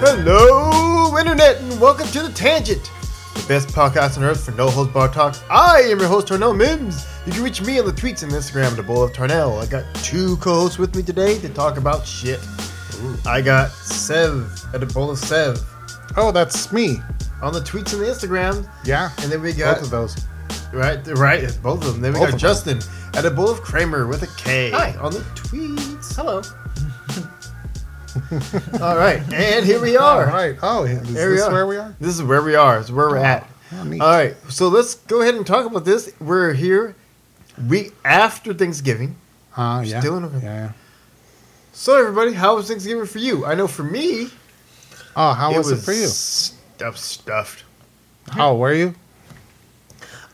Hello, Internet, and welcome to The Tangent, the best podcast on earth for no holds barred talk. I am your host, Tarnell Mims. You can reach me on the tweets and Instagram at Bull of Tarnell. I got two co hosts with me today to talk about shit. I got Sev at Ebola Sev Oh, that's me. on the tweets and the Instagram, Yeah. and then we got both of those. Right, right, it's both of them. Then we Both got of them. Justin at a bowl of Kramer with a K Hi. on the tweets. Hello. All right, and here we are. All right. Oh, is Here we this where we are? This is where we are. It's where we're at. oh, neat. All right, so let's go ahead and talk about this. We're here week after Thanksgiving. Uh, yeah. Still in November. yeah. So everybody, how was Thanksgiving for you? I know for me, Oh, how it was, it for you? Stuff stuffed. Oh, were you?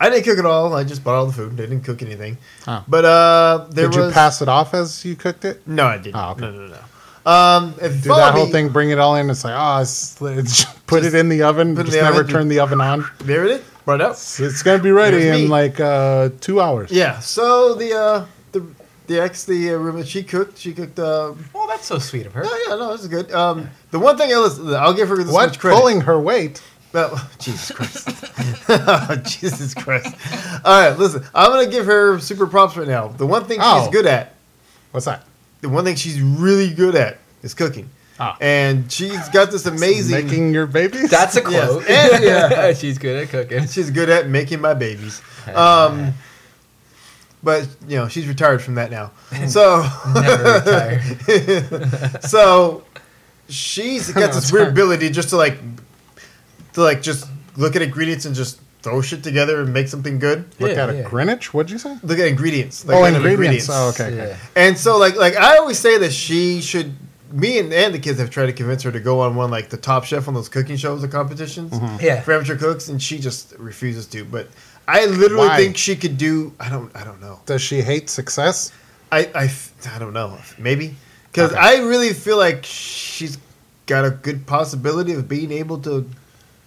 I didn't cook it all. I just bought all the food. I didn't cook anything. Oh. But uh, there Did was you pass it off as you cooked it? No, I didn't. Oh, okay. No, no, no. Um, if Did that whole me- thing bring it all in? It's like, oh, it's, it's- put it in the oven. put it in Just the never oven. turn the oven on. There it is. Brought up. It's, it's gonna be ready Here's me. in like uh, two hours. Yeah. So the uh, the the ex, the uh, roommate, she cooked. She cooked. Uh, Well, that's so sweet of her. oh yeah, no, this is good. Um, the one thing I listen, I'll give her this What? much credit. Pulling her weight. Oh, Jesus Christ. Jesus Christ. All right, listen. I'm gonna give her super props right now. The one thing Oh. she's good at. What's that? The one thing she's really good at is cooking. Ah. And she's got this amazing. Making your babies. That's a Yes. quote. And- yeah, she's good at cooking. She's good at making my babies. Um, but you know, she's retired from that now. So, Never retire. so she's got this weird ability just to like, to like just look at ingredients and just throw shit together and make something good. look Yeah, at a yeah. Greenwich. What'd you say? Look at ingredients. Like oh, look at ingredients. Oh, okay. okay. Yeah. And so, like, like I always say that she should. Me and, and the kids have tried to convince her to go on one like the Top Chef on those cooking shows and competitions Mm-hmm. Yeah. for amateur cooks, and she just refuses to. But I literally Why? think she could do. I don't. I don't know. Does she hate success? I I, I don't know. Maybe because Okay. I really feel like she's got a good possibility of being able to.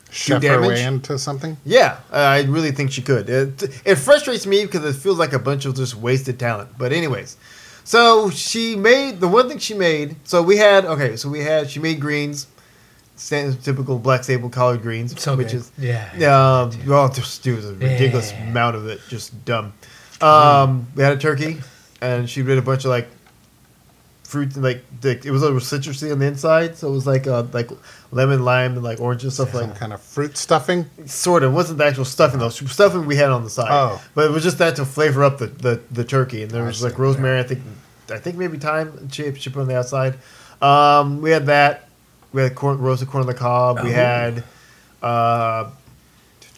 Chef her damage? way into something. Yeah, I really think she could. It, it frustrates me because it feels like a bunch of just wasted talent. But anyways, so she made the one thing she made. So we had okay. So we had she made greens, standard typical black sable collard greens, So which good. is yeah. um, well, just dude, a ridiculous Yeah. amount of it, just dumb. Um, we had a turkey, and she did a bunch of like fruits, and, like the, it was a little citrusy on the inside, so it was like uh, like lemon, lime, and like oranges stuff Some kind of fruit stuffing. like sort of. It wasn't the actual stuffing though. Stuffing we had on the side, Oh. but it was just that to flavor up the the, the turkey, and there I was see, like rosemary. I think I think maybe thyme chip chip on the outside. Um, we had that. We had corn, roasted corn on the cob. We Oh. had uh,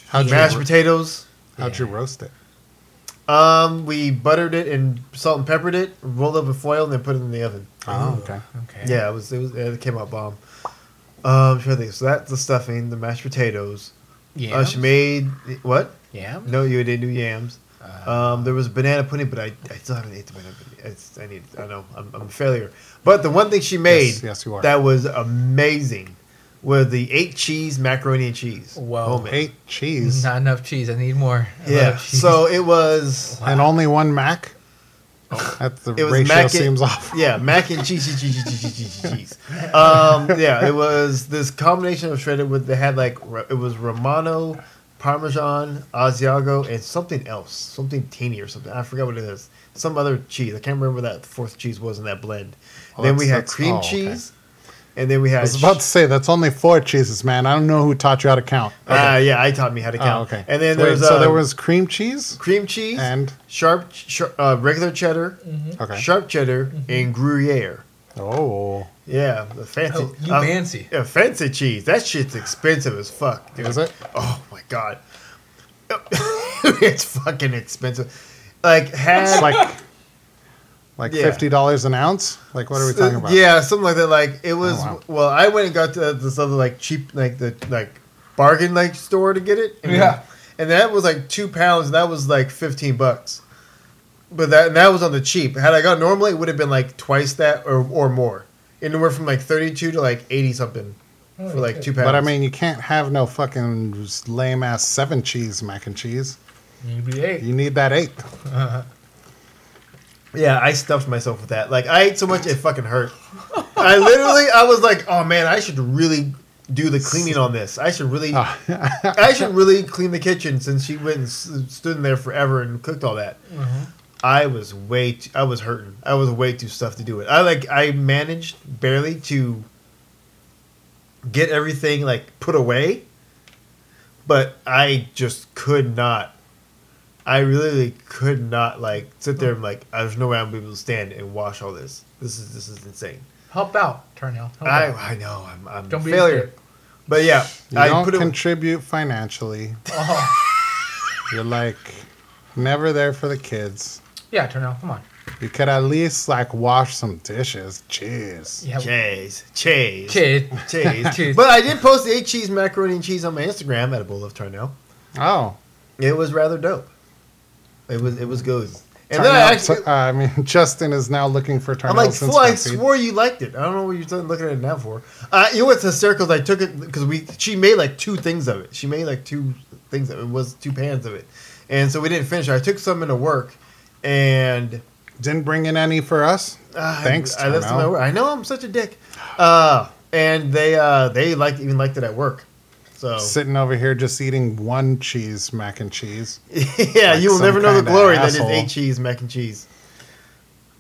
How'd you mashed ro- potatoes. How'd you roast it? Um, we buttered it and salt and peppered it, rolled up in foil, and then put it in the oven. Oh, okay. Okay. Yeah, it was it was it came out bomb. Um, I'm trying to think. So that's the stuffing, the mashed potatoes. Yeah. Uh, she made what? yeah. No, you didn't do yams. Uh, Ah. Um, there was banana pudding, but I, I still haven't ate the banana pudding. It's, I need I know I'm, I'm a failure. But the one thing she made Yes, yes, you are. that was amazing were the eight cheese macaroni and cheese. Whoa. Homemade. Eight cheese Mm-hmm. not enough cheese. I need more. I Yeah. love cheese. So it was. and only one Mac. That the Oh. It was ratio mac and- seems off. Yeah, mac and cheese, cheese, cheese, cheese, cheese, cheese, cheese, cheese. Um, yeah, it was this combination of shredded with they had like ro- it was Romano, Parmesan, Asiago, and something else, something teeny or something. I forgot what it is. Some other cheese. I can't remember that fourth cheese was in that blend. Oh, then we that's- had that's- cream oh, okay. cheese, and then we had. I was about to say that's only four cheeses, man. I don't know who taught you how to count. Ah, yeah, I taught me how to Oh, count. okay. And then Wait, there was, so uh, there was cream cheese cream cheese and sharp, ch- uh, regular cheddar, Mm-hmm. okay. sharp cheddar, and Gruyere. Oh, Yeah, the fancy. Oh, you um, fancy. Yeah, fancy cheese. That shit's expensive as fuck. Dude. is it? Oh my god, it's fucking expensive. Like had It's like like Yeah. fifty dollars an ounce. Like what are we talking about? Yeah, something like that. Like it was. Oh, wow. Well, I went and got to this other like cheap, like the like bargain like store to get it. And Yeah. and that was like two pounds, and that was like fifteen bucks. But that and that was on the cheap. Had I got normally, it would have been like twice that or or more, anywhere from like thirty two to like eighty something Oh, for like two pounds. But I mean, you can't have no fucking lame ass seven cheese mac and cheese. You be eight. You need that eight. Yeah, I stuffed myself with that. Like I ate so much it fucking hurt. I literally I was like, oh man, I should really do the cleaning on this. I should really, Ah. I should really clean the kitchen since she went and s- stood in there forever and cooked all that. I was way, too, I was hurting. I was way too stuffed to do it. I like, I managed barely to get everything like put away, but I just could not. I really could not like sit there and like, there's no way I'm gonna be able to stand and wash all this. This is this is insane. Help out, Tarnell. Help I, out. I know I'm, I'm Don't a be a failure, dick. but yeah, You I don't put it. contribute financially. Oh, You're like never there for the kids. yeah, Tarnell, come on. You could at least like wash some dishes. Jeez. Yeah. Cheese, cheese, Kid. cheese, Cheese. But I did post the eight cheese macaroni and cheese on my Instagram at a bowl of Tarnell. Oh, It was rather dope. It was it was good. And then I Tarnell- actually, uh, I mean, Justin is now looking for Tarnell's I'm like, Instagram fool, I feed. swore you liked it. I don't know what you're looking at it now for. Uh, you know what's hysterical? is I took it because we she made like two things of it. She made like two things of it. It was two pans of it, and so we didn't finish. it. I took some into work, and Didn't bring in any for us. Uh, Thanks, I, I left Tarnell. my word. I know I'm such a dick. Uh, and they uh, they liked even liked it at work. So Sitting over here just eating one cheese mac and cheese. yeah, Like you will some never know the kinda glory that is asshole. eight cheese mac and cheese.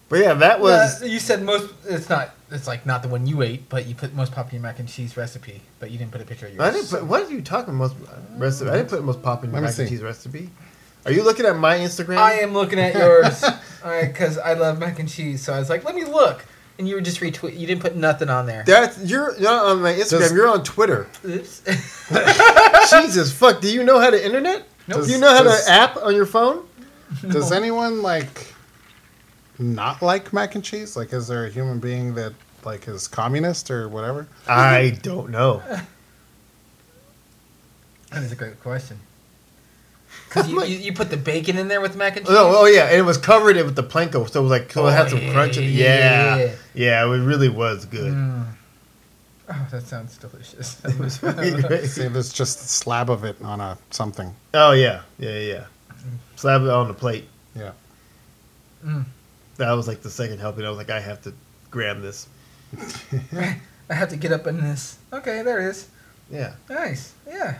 But yeah, that was Well, Uh, you said most. It's not. It's like not the one you ate, but you put most popular mac and cheese recipe, but you didn't put a picture of yours. I didn't. Put, what are you talking most recipe? I didn't put most popular Let me mac and see. cheese recipe. Are you looking at my Instagram? I am looking at yours because I love mac and cheese. So I was like, let me look. And you were just retweet. You didn't put nothing on there. That's you're not on my Instagram. Does- you're on Twitter. Oops. Jesus fuck! Do you know how to internet? Nope. Do you know how Does- to app on your phone? Does anyone like not like mac and cheese? Like, is there a human being that like is communist or whatever? I don't know. that is a great question. 'Cause you, you, you put the bacon in there with mac and cheese. No, oh yeah, and it was covered it with the planko, so it was like so it Oh, had some crunch. In it. Yeah, yeah, yeah. it really was good. Mm. Oh, that sounds delicious. That was- See, there's just a slab of it on a something. oh yeah, yeah, yeah, yeah. Slab it on the plate. Yeah. Mm. That was like the second helping. I was like, I have to grab this. I have to get up in this. Okay, there it is. Yeah, Nice. Yeah.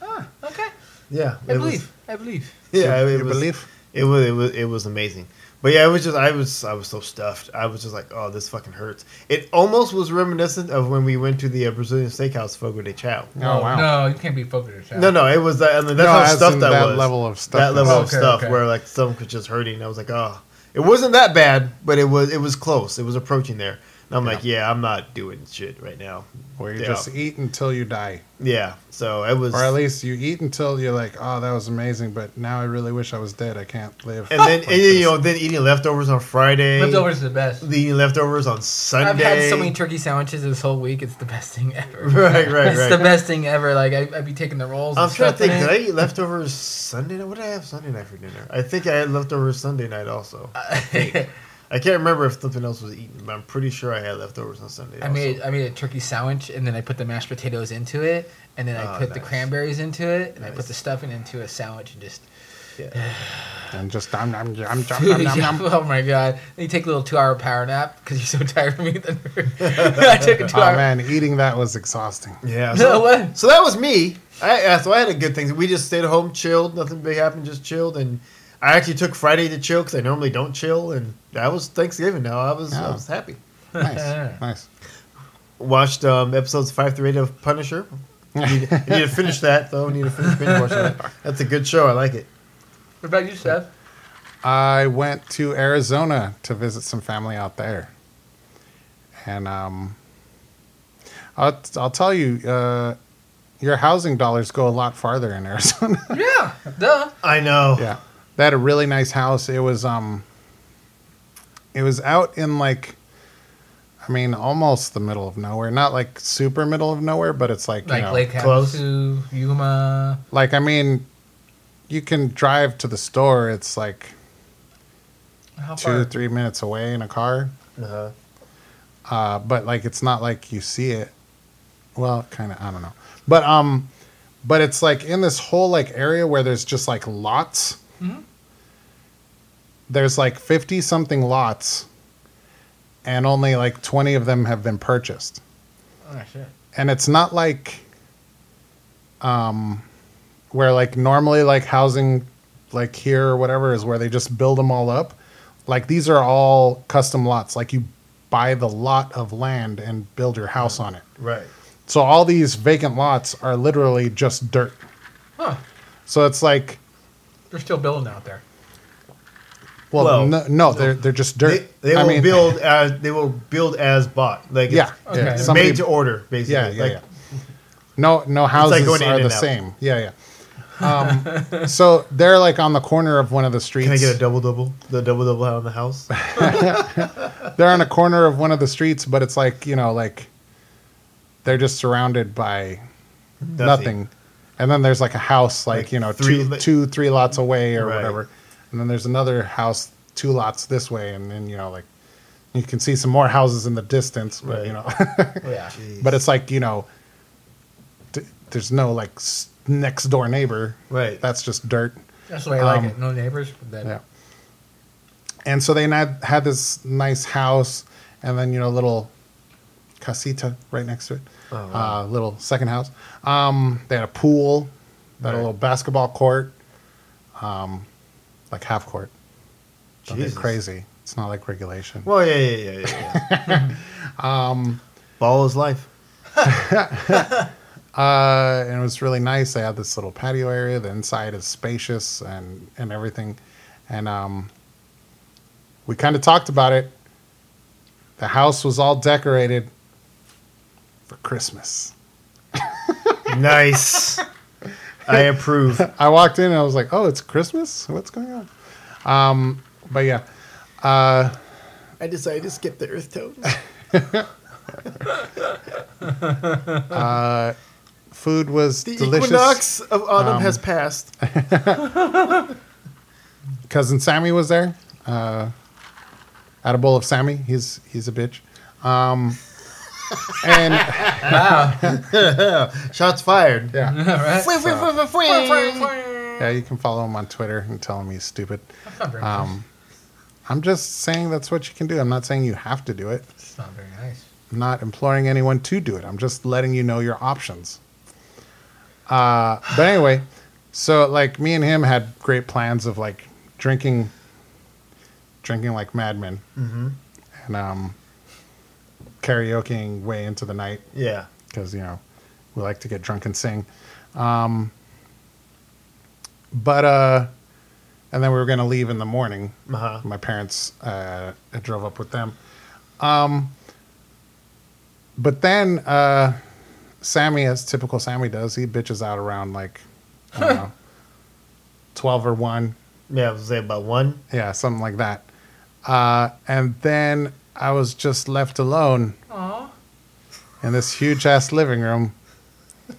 Ah, okay. yeah. I it believe. I believe. Was, yeah, you, it, you was, believe? it was. It was. It was amazing. But yeah, it was just I was I was so stuffed. I was just like, oh, this fucking hurts. It almost was reminiscent of when we went to the uh, Brazilian steakhouse Fogo de Chao. Oh wow. No, you can't be focused. No, no, it was. That, I mean, that's No, how as stuffed in I that was. level of stuff. that level Oh, of okay, stuff okay. where like something was just hurting. I was like, oh, it wasn't that bad, but it was it was close. It was approaching there, and I'm like, yeah, I'm not doing shit right now. where you Yeah. just eat until you die, Yeah, so it was. or at least you eat until you're like, oh, that was amazing, but now I really wish I was dead. I can't live. and then like and, you this." know then eating leftovers on Friday. Leftovers are the best. Eating leftovers on I've Sunday. had so many turkey sandwiches this whole week. It's the best thing ever. Right, right, It's right. the best thing ever. Like I, I'd be taking the rolls. I'm and trying to stuff in think. Did I it. eat leftovers Sunday? night? What did I have Sunday night for dinner? I think I had leftovers Sunday night also. I can't remember if something else was eaten, but I'm pretty sure I had leftovers on Sunday. I also. made I made a turkey sandwich and then I put the mashed potatoes into it and then I Oh, put the nice. cranberries into it and I put Nice. the stuffing into a sandwich and just Yeah. and just nom nom nom nom nom nom. nom. oh my god! Then you take a little two-hour power nap because you're so tired from eating. I took a Oh two-hour. man, eating that was exhausting. Yeah. No, So, what? so that was me. I uh, so I had a good thing. We just stayed home, chilled. Nothing big happened. Just chilled, and I actually took Friday to chill because I normally don't chill, and that was Thanksgiving. Now I was Oh. I Yeah. was happy. Nice, nice. Watched um, episodes five through eight of Punisher. need, need to finish that though. Need to finish binge watching that. That's a good show. I like it. What about you, Steph? I went to Arizona to visit some family out there, and um, I'll I'll tell you, uh, your housing dollars go a lot farther in Arizona. Yeah, duh. I know. Yeah. They had a really nice house. It was um it was out in like I mean almost the middle of nowhere. Not like super middle of nowhere, but it's like, Like you know, Lake close. Havasu, Yuma. like I mean you can drive to the store, it's like How two far? to three minutes away in a car. Uh-huh. Uh but like it's not like you see it. Well, kinda I don't know. But um but it's like in this whole like area where there's just like lots. Mhm. there's like 50 something lots and only like 20 of them have been purchased Oh shit. and it's not like um where like normally like housing like here or whatever is where they just build them all up like these are all custom lots like you buy the lot of land and build your house on it Right. so all these vacant lots are literally just dirt Huh. so it's like They're still building out there. well, Well, no, no they're they're just dirt They, they I will mean, build as they will build as bought. Like yeah, it's- yeah. Okay. it's Somebody- made to order basically. yeah, yeah, like, yeah. No, no houses like going to are the In-N-Out. same. Yeah, yeah. Um, so they're like on the corner of one of the streets. Can I get a double double? The double double out in the house. they're on a corner of one of the streets, but it's like you know, like they're just surrounded by nothing. And then there's like a house, like, Like you know, three two, li- two, three lots away or Right. whatever. And then there's another house, two lots this way, and then you know, like you can see some more houses in the distance, but you know, Yeah. Jeez. but it's like you know, th- there's no like s- next door neighbor. Right. That's just dirt. That's the way I Um, like it. No neighbors. Then. Yeah. And so they had, had this nice house and then, you know, little casita right next to it. Oh, uh, little second house. Um, they had a pool, they had a Right. little basketball court, um, like half court. Don't get Jesus. crazy. It's not like regulation. Well, yeah, yeah, yeah, yeah. yeah. um, ball is life. Uh, and it was really nice. They had this little patio area. The inside is spacious and, and everything. And um, we kind of talked about it. The house was all decorated for Christmas. Nice. I approve. I walked in and I was like, oh, it's Christmas? What's going on? Um, but yeah, I decided to skip the earth tone. food was The delicious. Um, equinox of autumn has passed. Cousin Sammy was there. Uh, at a bowl of Sammy. He's, he's a bitch. Um, and Shots fired. yeah. All right. Fwing, fwing, fwing, fwing, fwing. Yeah, you can follow him on Twitter and tell him he's stupid. That's not very nice. Um, I'm just saying that's what you can do. I'm not saying you have to do it. It's not very nice. I'm not imploring anyone to do it. I'm just letting you know your options. Uh, but anyway, so like me and him had great plans of like drinking, drinking like madmen, and um, karaokeing way into the night Yeah. because you know we like to get drunk and sing. Um, but uh, and then we were gonna leave in the morning. Uh-huh. My parents uh, I drove up with them. Um, but then uh, Sammy, as typical Sammy does, he bitches out around like I don't know, twelve or one. Yeah, I was say about one. Yeah, something like that. Uh, and then I was just left alone Aw. in this huge ass living room.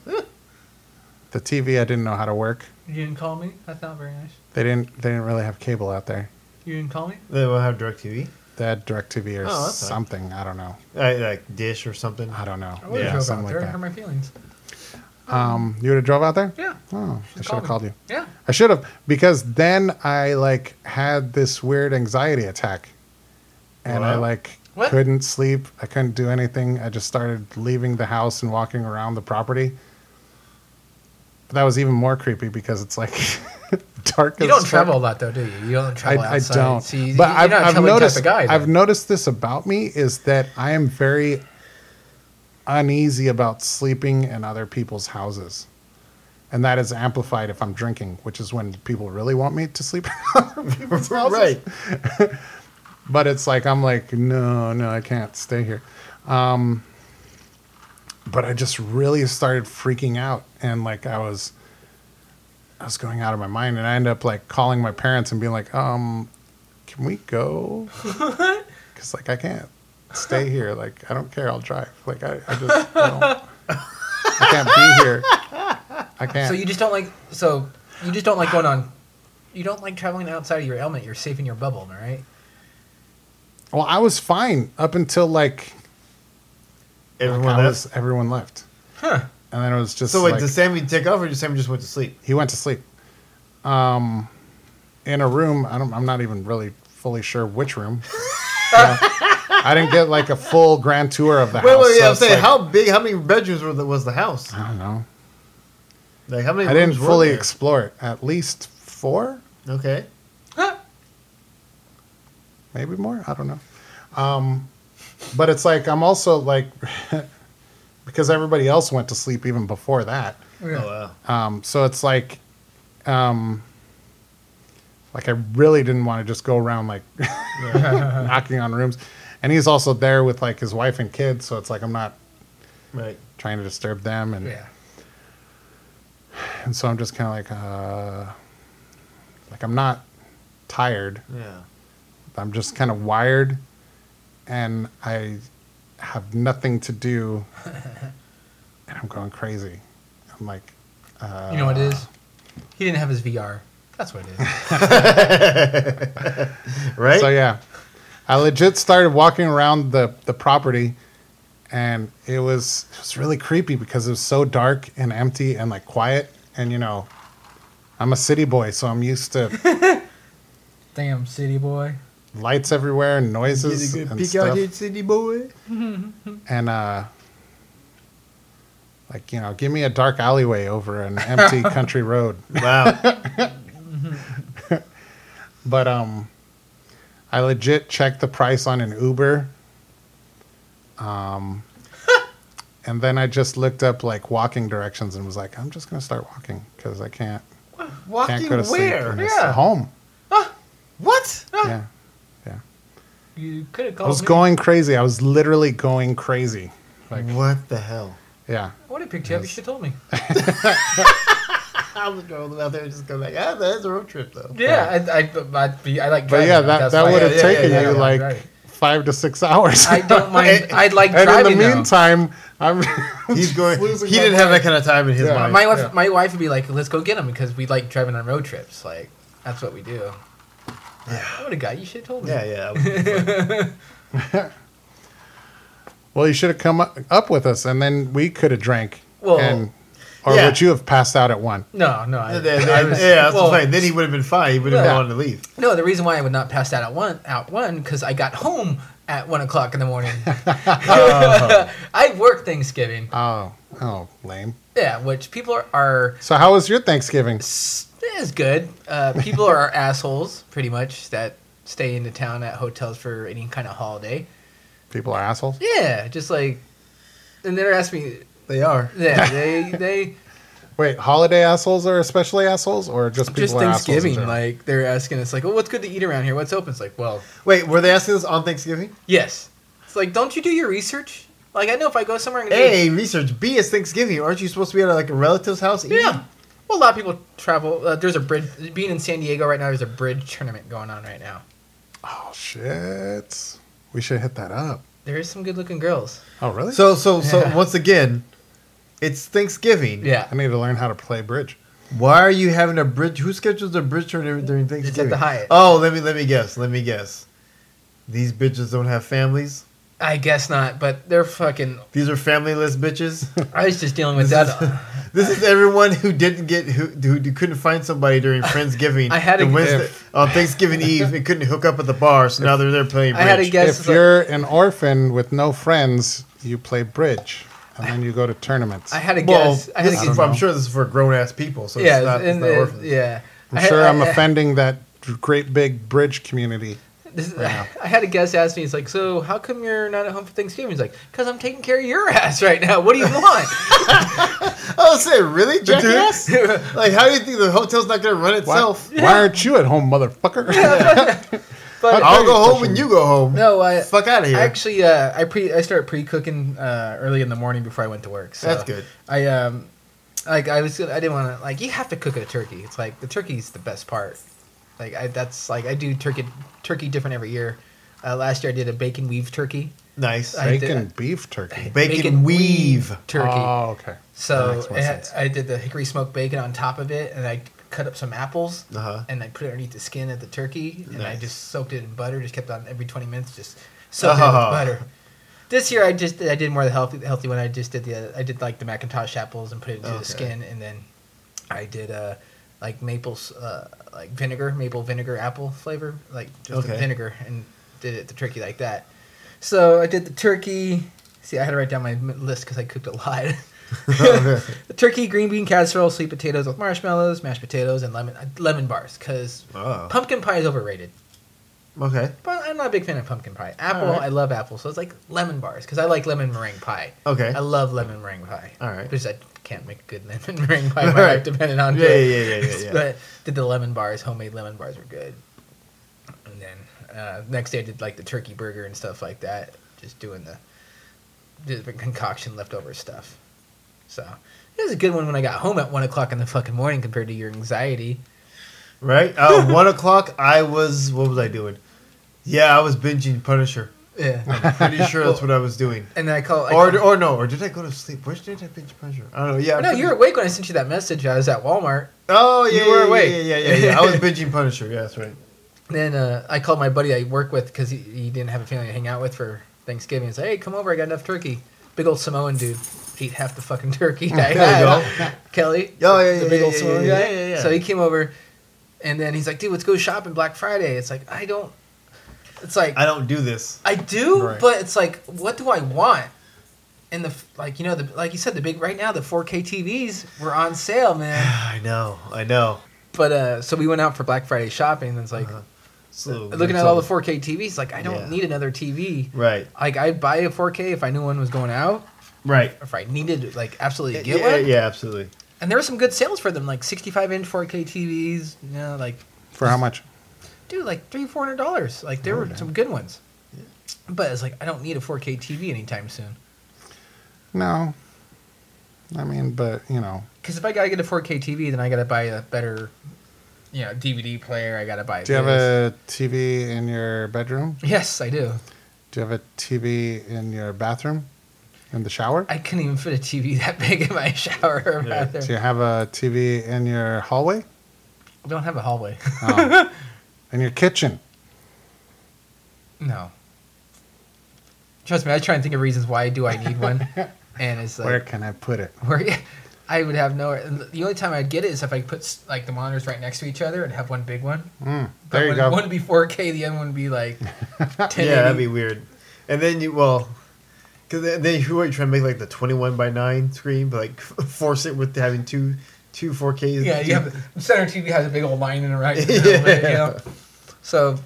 the TV I didn't know how to work. You didn't call me. That's not very nice. They didn't. They didn't really have cable out there. You didn't call me. They won't have direct TV. They had DirecTV or Oh, that's fine. something. I don't know. I, Uh, like dish or something. I don't know. I would have Yeah, drove out something there. like It hurt my feelings. that. Um, you would have drove out there. Yeah. Oh, I Should've should have me. called you. Yeah. I should have because then I like had this weird anxiety attack, and I Wow. like What? couldn't sleep. I couldn't do anything. I just started leaving the house and walking around the property. But that was even more creepy because it's like dark. You as don't fuck. travel a lot though, do you? You don't I, travel I outside. don't. So you, but you're I've, not a I've traveling noticed. Type of guy, then. I've noticed this about me is that I am very uneasy about sleeping in other people's houses, and that is amplified if I'm drinking, which is when people really want me to sleep. right. but it's like I'm like, no, no, I can't stay here. Um, but I just really started freaking out, and like I was, I was going out of my mind, and I ended up like calling my parents and being like, um, can we go? Because like I can't stay here. Like I don't care. I'll drive. Like I, I just don't. I can't be here. I can't. So you just don't like. So you just don't like going on. You don't like traveling outside of your element. You're safe in your bubble, all right? well, I was fine up until like, Everyone like I else. was, everyone left, Huh. and then it was just So wait, like- did Sammy take off or did Sammy just went to sleep? he went to sleep um in a room I don't, i'm not even really fully sure which room Yeah. I didn't get like a full grand tour of the Wait, house. wait, yeah. so I'm it's saying, like- how big? How many bedrooms were the, was the house? I don't know. Like how many? I didn't rooms were fully there? explore it. At least four, okay. Huh? maybe more. I don't know. Um, but it's like I'm also like because everybody else went to sleep even before that. Oh wow. Um, so it's like, um, like I really didn't want to just go around like knocking on rooms, and he's also there with like his wife and kids. So it's like I'm not Right. trying to disturb them, and Yeah. and so I'm just kind of like, uh, like I'm not tired. Yeah. I'm just kind of wired, and I have nothing to do, and I'm going crazy. I'm like, uh, You know what it is? He didn't have his VR. That's what it is. Right. So yeah, I legit started walking around the the property, and it was it was really creepy because it was so dark and empty and like quiet. And you know, I'm a city boy, so I'm used to Damn city boy. lights everywhere and Get noises a good and peek out stuff. here, city boy. And uh, like you know, give me a dark alleyway over an empty country road. Wow. But um, I legit checked the price on an Uber. Um, and then I just looked up like walking directions and was like, I'm just gonna start walking because I can't Walking can't go to sleep. where? in this- Yeah. home. What? Ah. Yeah, yeah. You could have I called was me. going crazy. I was literally going crazy. Like, what the hell? yeah. I would have picked you up. You should have told me. I was driving out there and just go like, ah, that's a road trip though. Yeah, I, I, I'd be, I like But driving. yeah, that, That's that why- would have yeah, yeah, taken yeah, you yeah, like right. five to six hours. I don't mind. I'd like and driving. in the though. meantime, I'm He's going. Losing He my didn't have that kind of time in his Yeah. mind. my wife, yeah. my wife would be like, "Let's go get him because we like driving on road trips. Like that's what we do." I would have got you. you Should have told me. yeah, yeah. I was- Well, you should have come up- up with us, and then we could have drank. Well, and, or yeah. would you have passed out at one? No, no. I, yeah, yeah, I was- that's well, the thing. Then he would have been fine. He would have Yeah. wanted to leave. No, the reason why I would not pass out at one out one because I got home at one o'clock in the morning. I worked Thanksgiving. Oh, oh, lame. Yeah, which people are, are So, how was your Thanksgiving? s- is good. Uh, people are assholes pretty much that stay into town at hotels for any kind of holiday. People are assholes. Yeah, just like, and they're asking me. They are. Yeah, they they Wait, holiday assholes are especially assholes, or just people just are assholes in Thanksgiving. general? Like they're asking us like, oh, what's good to eat around here? What's open? It's like, well, Wait, were they asking this on Thanksgiving? yes. It's like, don't you do your research? Like I know if I go somewhere, I'm gonna A eat- research. B is Thanksgiving. Aren't you supposed to be at like a relative's house? eating? Yeah. Well, a lot of people travel. Uh, there's a bridge. Being in San Diego right now, there's a bridge tournament going on right now. oh shit, we should hit that up. There is some good looking girls. Oh really? So so so Yeah. once again, it's Thanksgiving. Yeah. I need to learn how to play bridge. Why are you having a bridge? Who schedules a bridge tournament during at the Thanksgiving? Hyatt. Oh, let me let me guess. Let me guess. These bitches don't have families. I guess not, but they're fucking. These are familyless bitches. I was just dealing with that. This is everyone who didn't get who who, who couldn't find somebody during Friendsgiving. I had the a- Wednesday, on Thanksgiving Eve. They couldn't hook up at the bar, so now they're there playing I bridge. had a guess. if it's like- you're an orphan with no friends, you play bridge, and then you go to tournaments. I had a well, guess. I had a this is guess. for- I'm sure this is for grown ass people, so yeah, it's not, it's and, not uh, orphans. yeah. I I'm had- sure I'm I- I- offending that great big bridge community. This is, right now. I had a guest ask me, he's like, So, how come you're not at home for Thanksgiving? He's like, Because I'm taking care of your ass right now. What do you want? I was saying, Oh, really, jackass? like, how do you think the hotel's not going to run Why, itself? why aren't you at home, motherfucker? But I'll go home when you go home. no, I, Fuck out of here. Actually, uh, I pre I started pre cooking uh, early in the morning before I went to work. So That's good. I um, like I was gonna- I didn't want to like you have to cook a turkey. It's like the turkey's the best part. Like I that's like I do turkey turkey different every year. Uh, last year I did a bacon weave turkey. nice. I- Bacon beef turkey. Bacon, weave. turkey. Oh, okay. That so makes more it had, sense. I did the hickory smoked bacon on top of it, and I cut up some apples. Uh-huh. And I put it underneath the skin of the turkey, and I Nice. just soaked it in butter. Just kept on every twenty minutes, just soaked it Oh. with butter. This year, I just I did more of the healthy healthy one. I just did the I did like the Macintosh apples and put it into Okay. the skin, and then I did uh like maple s- uh, like vinegar maple vinegar apple flavor like just the Okay. vinegar and did it the turkey like that. So I did the turkey. See, I had to write down my m- list because I cooked a lot. the turkey, green bean casserole, sweet potatoes with marshmallows, mashed potatoes, and lemon uh, lemon bars. Because Oh. pumpkin pie is overrated. Okay. But I'm not a big fan of pumpkin pie. Apple, Alright. I love apple, so it's like lemon bars because I like lemon meringue pie. Okay. I love lemon meringue pie. Alright. Because I can't make a good lemon meringue pie. in My Alright. life depended on Yeah, it. yeah, yeah, yeah, yeah, yeah. but did the lemon bars, homemade lemon bars were good. And then uh, next day I did like the turkey burger and stuff like that. Just doing the, just the concoction leftover stuff. So it was a good one when I got home at one o'clock in the fucking morning compared to your anxiety. Right? Uh, one o'clock, I was. What was I doing? Yeah, I was binging Punisher. Yeah. I'm pretty sure that's what I was doing. and then I called. I Or, called- or no, or did I go to sleep? Where did I binge Punisher? I don't know. Yeah. Oh, I'm no, pretty- you were awake when I sent you that message. I was at Walmart. Oh, yeah. you were yeah, awake. Yeah, yeah, yeah, yeah. I was binging Punisher. Yeah, that's right. Then uh, I called my buddy I work with because he, he didn't have a family to hang out with for Thanksgiving. He's like, hey, come over. I got enough turkey. Big old Samoan dude. Ate half the fucking turkey. Oh, I There you had. Kelly. Oh, yeah, The yeah, big yeah, old yeah, Samoan yeah, guy. yeah, yeah. So he came over and then he's like, dude, let's go shopping Black Friday. It's like, I don't. It's like, I don't do this. I do, Right. but it's like, what do I want? And the f- like, you know, the like you said, the big right now, the 4K TVs were on sale, man. I know. I know. But uh, so we went out for Black Friday shopping, and it's like, Uh-huh. So, looking at all the 4K TVs, like I don't Yeah. need another TV. Right. Like I'd buy a 4K if I knew one was going out, Right. if I needed like absolutely to Yeah, get yeah, one. yeah, absolutely. And there were some good sales for them, like 65 inch 4K TVs. You know, like For how much? dude, like three four hundred dollars. Like there were some good ones. But it's like I don't need a 4K TV anytime soon. No. I mean, but you know, Because if I gotta get a 4K TV, then I gotta buy a better, you know, DVD player. I gotta buy. do you have this. a TV in your bedroom? Yes, I do. Do you have a TV in your bathroom? In the shower? I couldn't even fit a TV that big in my shower or Yeah. bathroom. Do you have a TV in your hallway? I don't have a hallway. Oh. in your kitchen? No. Trust me, I try and think of reasons why do I need one, and it's Where like can I put it? where, I would have no. The only time I'd get it is if I put s- like the monitors right next to each other and have one big one. Mm, But there you one, go. One would be 4K, the other one would be like 1080. Yeah, that'd be weird. And then you well, because then, then you were trying to make like the twenty-one by nine screen, but like force it with having two two four Ks. yeah, you have the center TV has a big old line in the right. Yeah. middle of it, you know? So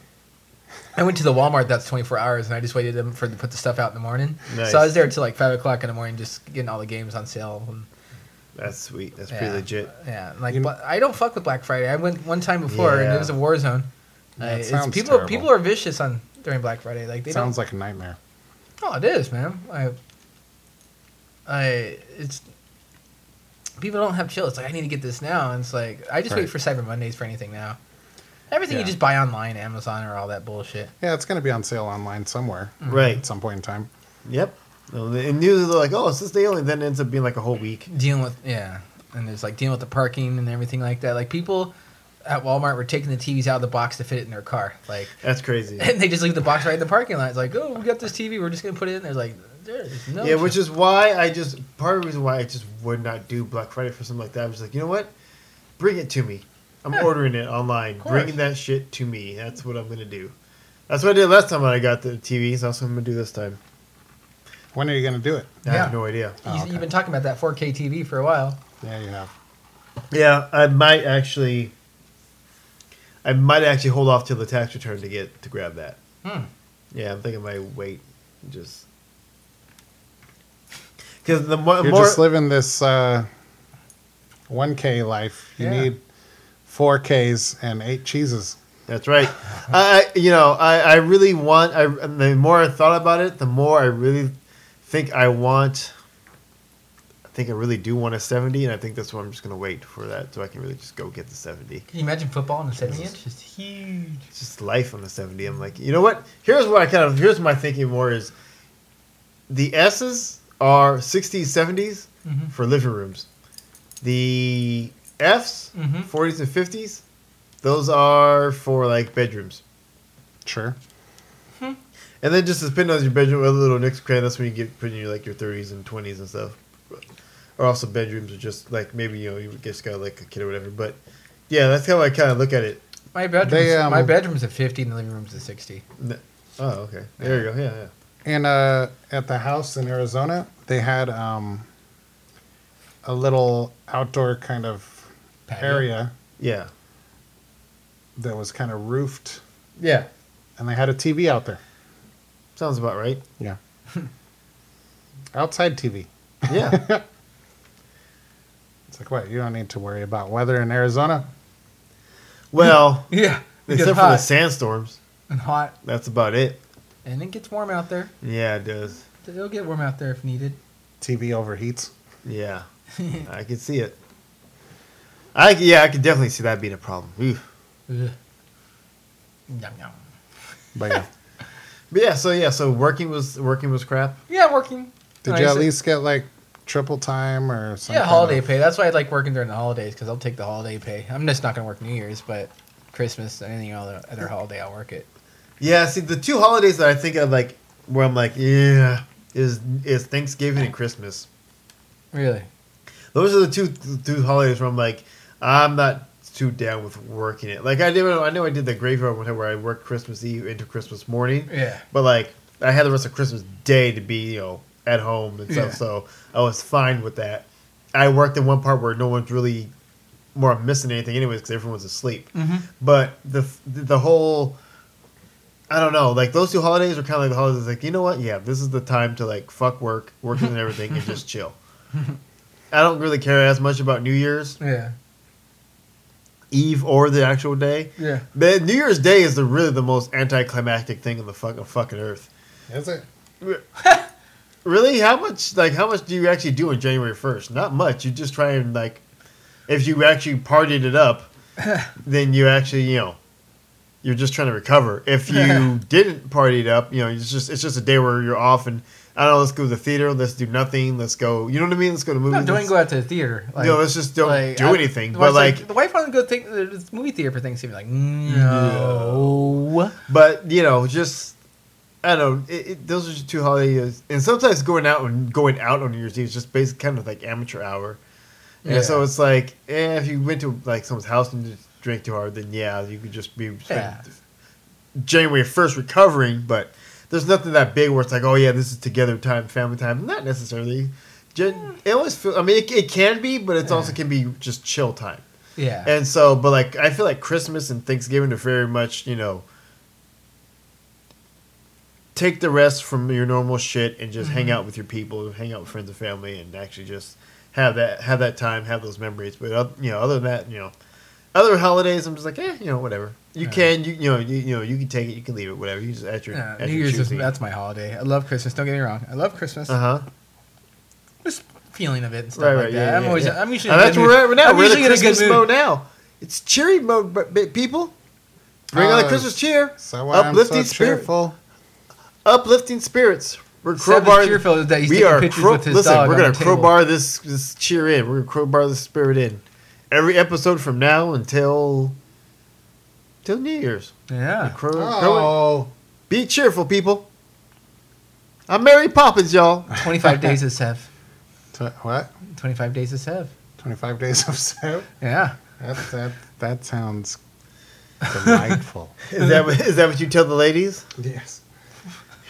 I went to the Walmart that's 24 hours, and I just waited them for to put the stuff out in the morning. Nice. So I was there till like five o'clock in the morning, just getting all the games on sale. And, That's sweet. That's Yeah. pretty legit. Yeah, like You- but I don't fuck with Black Friday. I went one time before, and Yeah. it was a war zone. That Uh, it's- sounds people terrible. people are vicious on during Black Friday. Like they Sounds don't. like a nightmare. oh, it is, man. I, I it's people don't have chill. It's like I need to get this now, and it's like I just wait Right. for Cyber Mondays for anything now. Everything you Yeah. just buy online, Amazon, or all that bullshit. Yeah, it's going to be on sale online somewhere Mm. Hmm. at Right. some point in time. Yep. And the- and news is like, oh, it's this day only. Then it ends up being like a whole week. dealing with yeah and there's like dealing with the parking and everything like that like people at walmart were taking the tvs out of the box to fit it in their car like That's crazy. and they just leave the box right in the parking lot it's like oh we got this tv we're just gonna put it in there's like there's no yeah, which is why I just part of the reason why I just would not do Black Friday for something like that. I was like, you know what? Bring it to me. I'm Yeah. ordering it online. course. Bring that shit to me. That's what I'm gonna do. That's what I did last time when I got the TVs. That's what I'm gonna do this time. When are you going to do it? I Yeah. have no idea. You- Oh, okay. you've been talking about that 4k tv for a while Yeah, you have. Yeah, I might actually. I might actually hold off till the tax return to get to grab that. Hmm. Yeah, I'm thinking my wait and just because the Uh, more, You're more just living this uh, 1K life. You Yeah. need 4Ks and eight cheeses. that's right. I I- you know I, I really want. I and the more I thought about it, the more I really think I want. I think I really do want a 70, and I think that's why I'm just gonna wait for that so I can really just go get the 70. can you imagine football on a 70 inch it's huge it's just life on the 70. I'm like, you know what? Here's what I kind of here's my thinking more is the S's are 60s, 70s Mhm. for living rooms. The F's, Mhm. 40s and 50s, those are for like bedrooms. Sure. And then just depending on your bedroom, a little next credit, that's when you get put in your like your 30s and 20s and stuff. Or also bedrooms are just like maybe you know you just got like a kid or whatever. But yeah, that's how I kind of look at it. my bedroom's, They, um, my bedroom's a 50 and the living room's a 60 Oh, okay. There you go. Yeah, yeah. in uh at the house in Arizona, they had um a little outdoor kind of Patio? area Yeah. that was kind of roofed, Yeah. and they had a TV out there. Sounds about right. Yeah, outside TV. Yeah. It's like what you don't need to worry about weather in Arizona. well, Yeah. It except gets for the hot sandstorms. and hot, That's about it. and it gets warm out there. Yeah, it does. It'll get warm out there if needed. TV overheats. Yeah. I can see it. I c- yeah, I can definitely see that being a problem. Oof. Ugh. Yum yum. But yeah, But yeah, so yeah, so working was working was crap. Yeah, working. did Nice. you at least get like triple time or something? Yeah, holiday pay. That's why I like working during the holidays because I'll take the holiday pay. I'm just not gonna work New Year's, but Christmas, anything other other holiday, I'll work it. Yeah, see the two holidays that I think of like where I'm like, yeah, is is Thanksgiving and Christmas. Really? Those are the two two holidays where I'm like, I'm not too down with working it. Like I did, I know I did the graveyard one time where I worked Christmas Eve into Christmas morning, Yeah. but like I had the rest of Christmas Day to be you know at home and stuff, Yeah. so I was fine with that. I worked in one part where no one's really more missing anything, anyways, because everyone's asleep. But the the whole I don't know, like those two holidays are kind of like the holidays. Like you know what? Yeah, this is the time to like fuck work, working and everything, and just chill. I don't really care as much about New Year's Yeah. Eve or the actual day. Yeah. But New Year's Day is the really the most anticlimactic thing on the fucking fucking earth. Is it? Really, how much like how much do you actually do on January first? Not much. You just try and like, if you actually partied it up, then you actually you know, you're just trying to recover. If you didn't party it up, you know, it's just it's just a day where you're off and I don't know. Let's go to the theater. Let's do nothing. Let's go. You know what I mean? Let's go to movies. No, don't let's- even go out to the theater. Like, no, let's just don't like, do I- anything. the But wife's like, the wife wanted to go think the movie theater for Thanksgiving. Like, no. But you know, just I don't know. It, it, those are just two holidays, and sometimes going out and going out on New Year's Eve is just basically kind of like amateur hour. And Yeah. so it's like, eh, if you went to like someone's house and just drank too hard, then yeah, you could just be spend Yeah. January first recovering. But there's nothing that big where it's like, oh yeah, this is together time, family time. Not necessarily. Gen- it always feel. I mean, it, it can be, but it also can be just chill time. Yeah. And so, but like, I feel like Christmas and Thanksgiving are very much, you know, take the rest from your normal shit and just Mm-hmm. hang out with your people, hang out with friends and family, and actually just have that have that time, have those memories. But uh, you know, other than that, you know, other holidays, I'm just like, eh, you know, whatever. You Yeah. can, you, you know, you, you know, you can take it, you can leave it, whatever. You just at your, Yeah, at New your Year's is choosing. Uh that's my holiday. I love Christmas. Don't get me wrong. I love Christmas. huh. Just feeling of it and stuff Right, like right. that. Yeah, I'm yeah, always. yeah. I'm usually. And in a that's good where we're at right mood. now. I'm we're in the usually in a Christmas good mode mood. now. It's cheery mode, but, but people. Bring on the Oh, Christmas cheer. So why Uplifting I'm so spirit. cheerful. uplifting spirits. We're Seb is crowbar. cheerful that he's we taking are pictures cro- with his listen. dog we're on gonna the table. crowbar this this cheer in. We're gonna crowbar this spirit in. Every episode from now until till New Year's. Yeah. Crow, crow- Oh, Be cheerful, people. I'm Mary Poppins, y'all. 25 days of Sev. tw- what? 25 days of Sev. Twenty-five days of soap. Yeah. That that that sounds delightful. Is that what, is that what you tell the ladies? yes.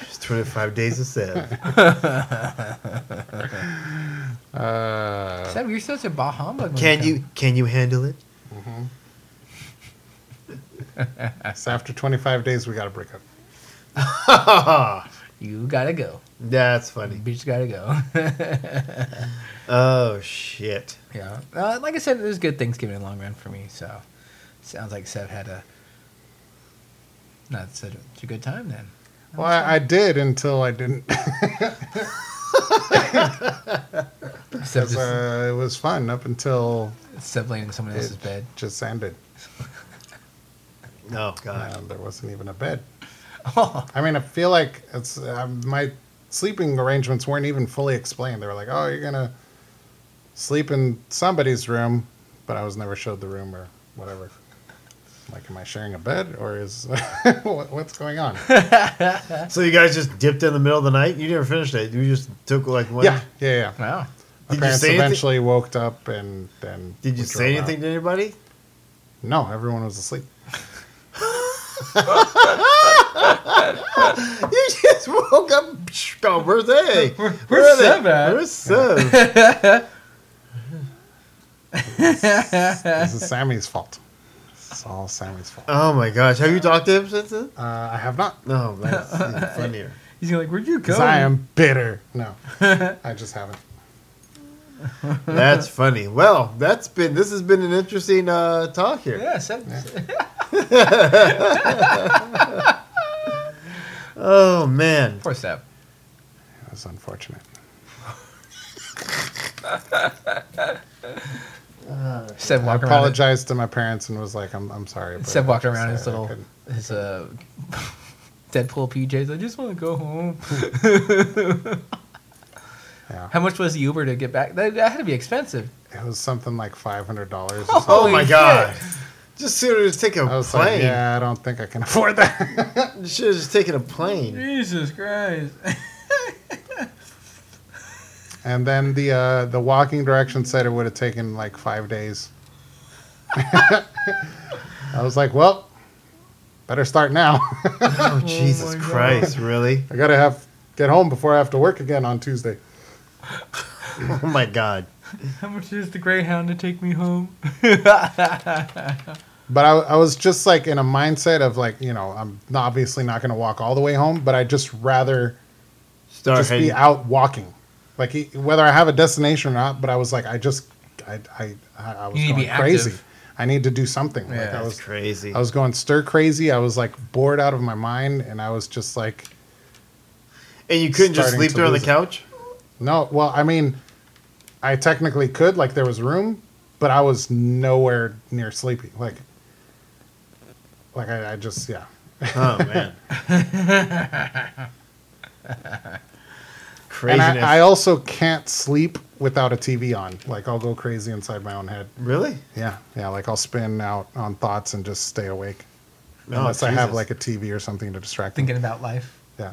It's 25 days of Sev. Uh, Sev, you're such a bah humbug. when Can come- you can you handle it? so after twenty-five days, we got to break up. You gotta go. That's funny. Bitch gotta go. Oh shit. yeah. Uh, like I said, it was good Thanksgiving in the long run for me. So sounds like Sev had a not such a, such a good time then. Well, I, I did until I didn't. Sev 'cause, just uh, it was fun up until Sev laying in someone else's uh, it bed. just ended. Oh Uh, god. there wasn't even a bed. I mean, I feel like it's uh, my sleeping arrangements weren't even fully explained. They were like, "Oh, you're gonna sleep in somebody's room," but I was never showed the room or whatever. Like, am I sharing a bed or is what, what's going on? So you guys just dipped in the middle of the night? You never finished it. You just took like one yeah, yeah, yeah. Wow. My Did you parents say anything? eventually woke up and then. Did you we say drove out. anything to anybody? No, everyone was asleep. You just woke up. Psh, Oh, where are they? Where, where's are Seb at? Where's Seb? This is Sammy's fault. It's all Sammy's fault. Oh my gosh, have you talked to him since then? Uh, I have not. No, that's even funnier. He's like, where'd you go? Because I am bitter. No, I just haven't. That's funny. Well, that's been this has been an interesting uh, talk here. Yeah, Seb. Oh man, Poor Seb. It was unfortunate. Seb I walked around. apologized to my parents and was like, "I'm, I'm sorry." but Seb I walked just- around in his I little couldn't. his uh Deadpool PJs. I just want to go home. "Oh." Yeah, How much was the Uber to get back? That, that had to be expensive. it was something like five hundred dollars. Oh Holy my shit. god. Just should have just taken I a was like, plane. "Yeah, I don't think I can afford that." Should have just taken a plane. Jesus Christ. and then the uh, the walking direction said it would have taken like five days. I was like, "Well, better start now. Oh Jesus my God. Christ, really? I gotta have get home before I have to work again on Tuesday." Oh my god. How much is the Greyhound to take me home? But I, I was just like in a mindset of like, you know, I'm not- obviously not going to walk all the way home, but I'd just rather Start just heading. be out walking. Like e- whether I have a destination or not, but I was like, I just, I, I, I, I was You need to be going crazy. active. I need to do something. Yeah, like I That's was, crazy. I was going stir crazy. I was like bored out of my mind, and I was just like, and you couldn't just starting sleep to there on the lose it. couch? no. Well, I mean, I technically could, like there was room, but I was nowhere near sleepy. Like, like I, I just, yeah. Oh man. And Craziness. I, I also can't sleep without a TV on. Like I'll go crazy inside my own head. really? Yeah, yeah. Like I'll spin out on thoughts and just stay awake, No, unless I have Oh, Jesus. like a TV or something to distract me. Thinking about life. Yeah.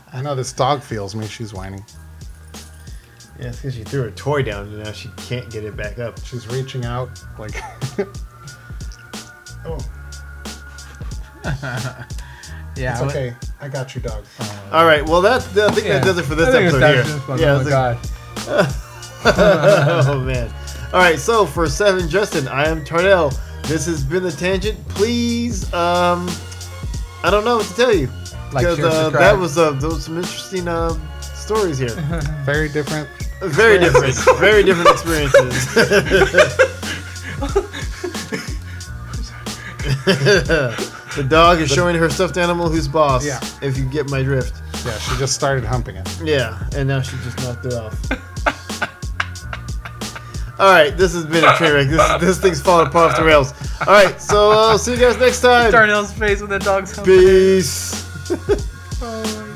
I know this dog feels me. She's whining. Yeah, it's because she threw her toy down and now she can't get it back up. She's reaching out. Like, oh, Yeah. it's I- okay. I got you, dog. All right, well that I think yeah. that does it for this I think it's episode that here. just fun. Yeah, oh it's my a- god. oh man. All right, so for seven, Justin, I am Tarnell. This has been the tangent. Please, um, I don't know what to tell you Like, share, uh, subscribe. that was uh, those some interesting uh, stories here. Very different. Very different, very different experiences. the dog is showing her stuffed animal who's boss. Yeah. If you get my drift. Yeah, she just started humping it. Yeah, and now she just knocked it off. All right, this has been a train wreck. This, this thing's falling apart off the rails. All right, so uh, see you guys next time. Darnell's face when that dog's home. Peace. Oh my god.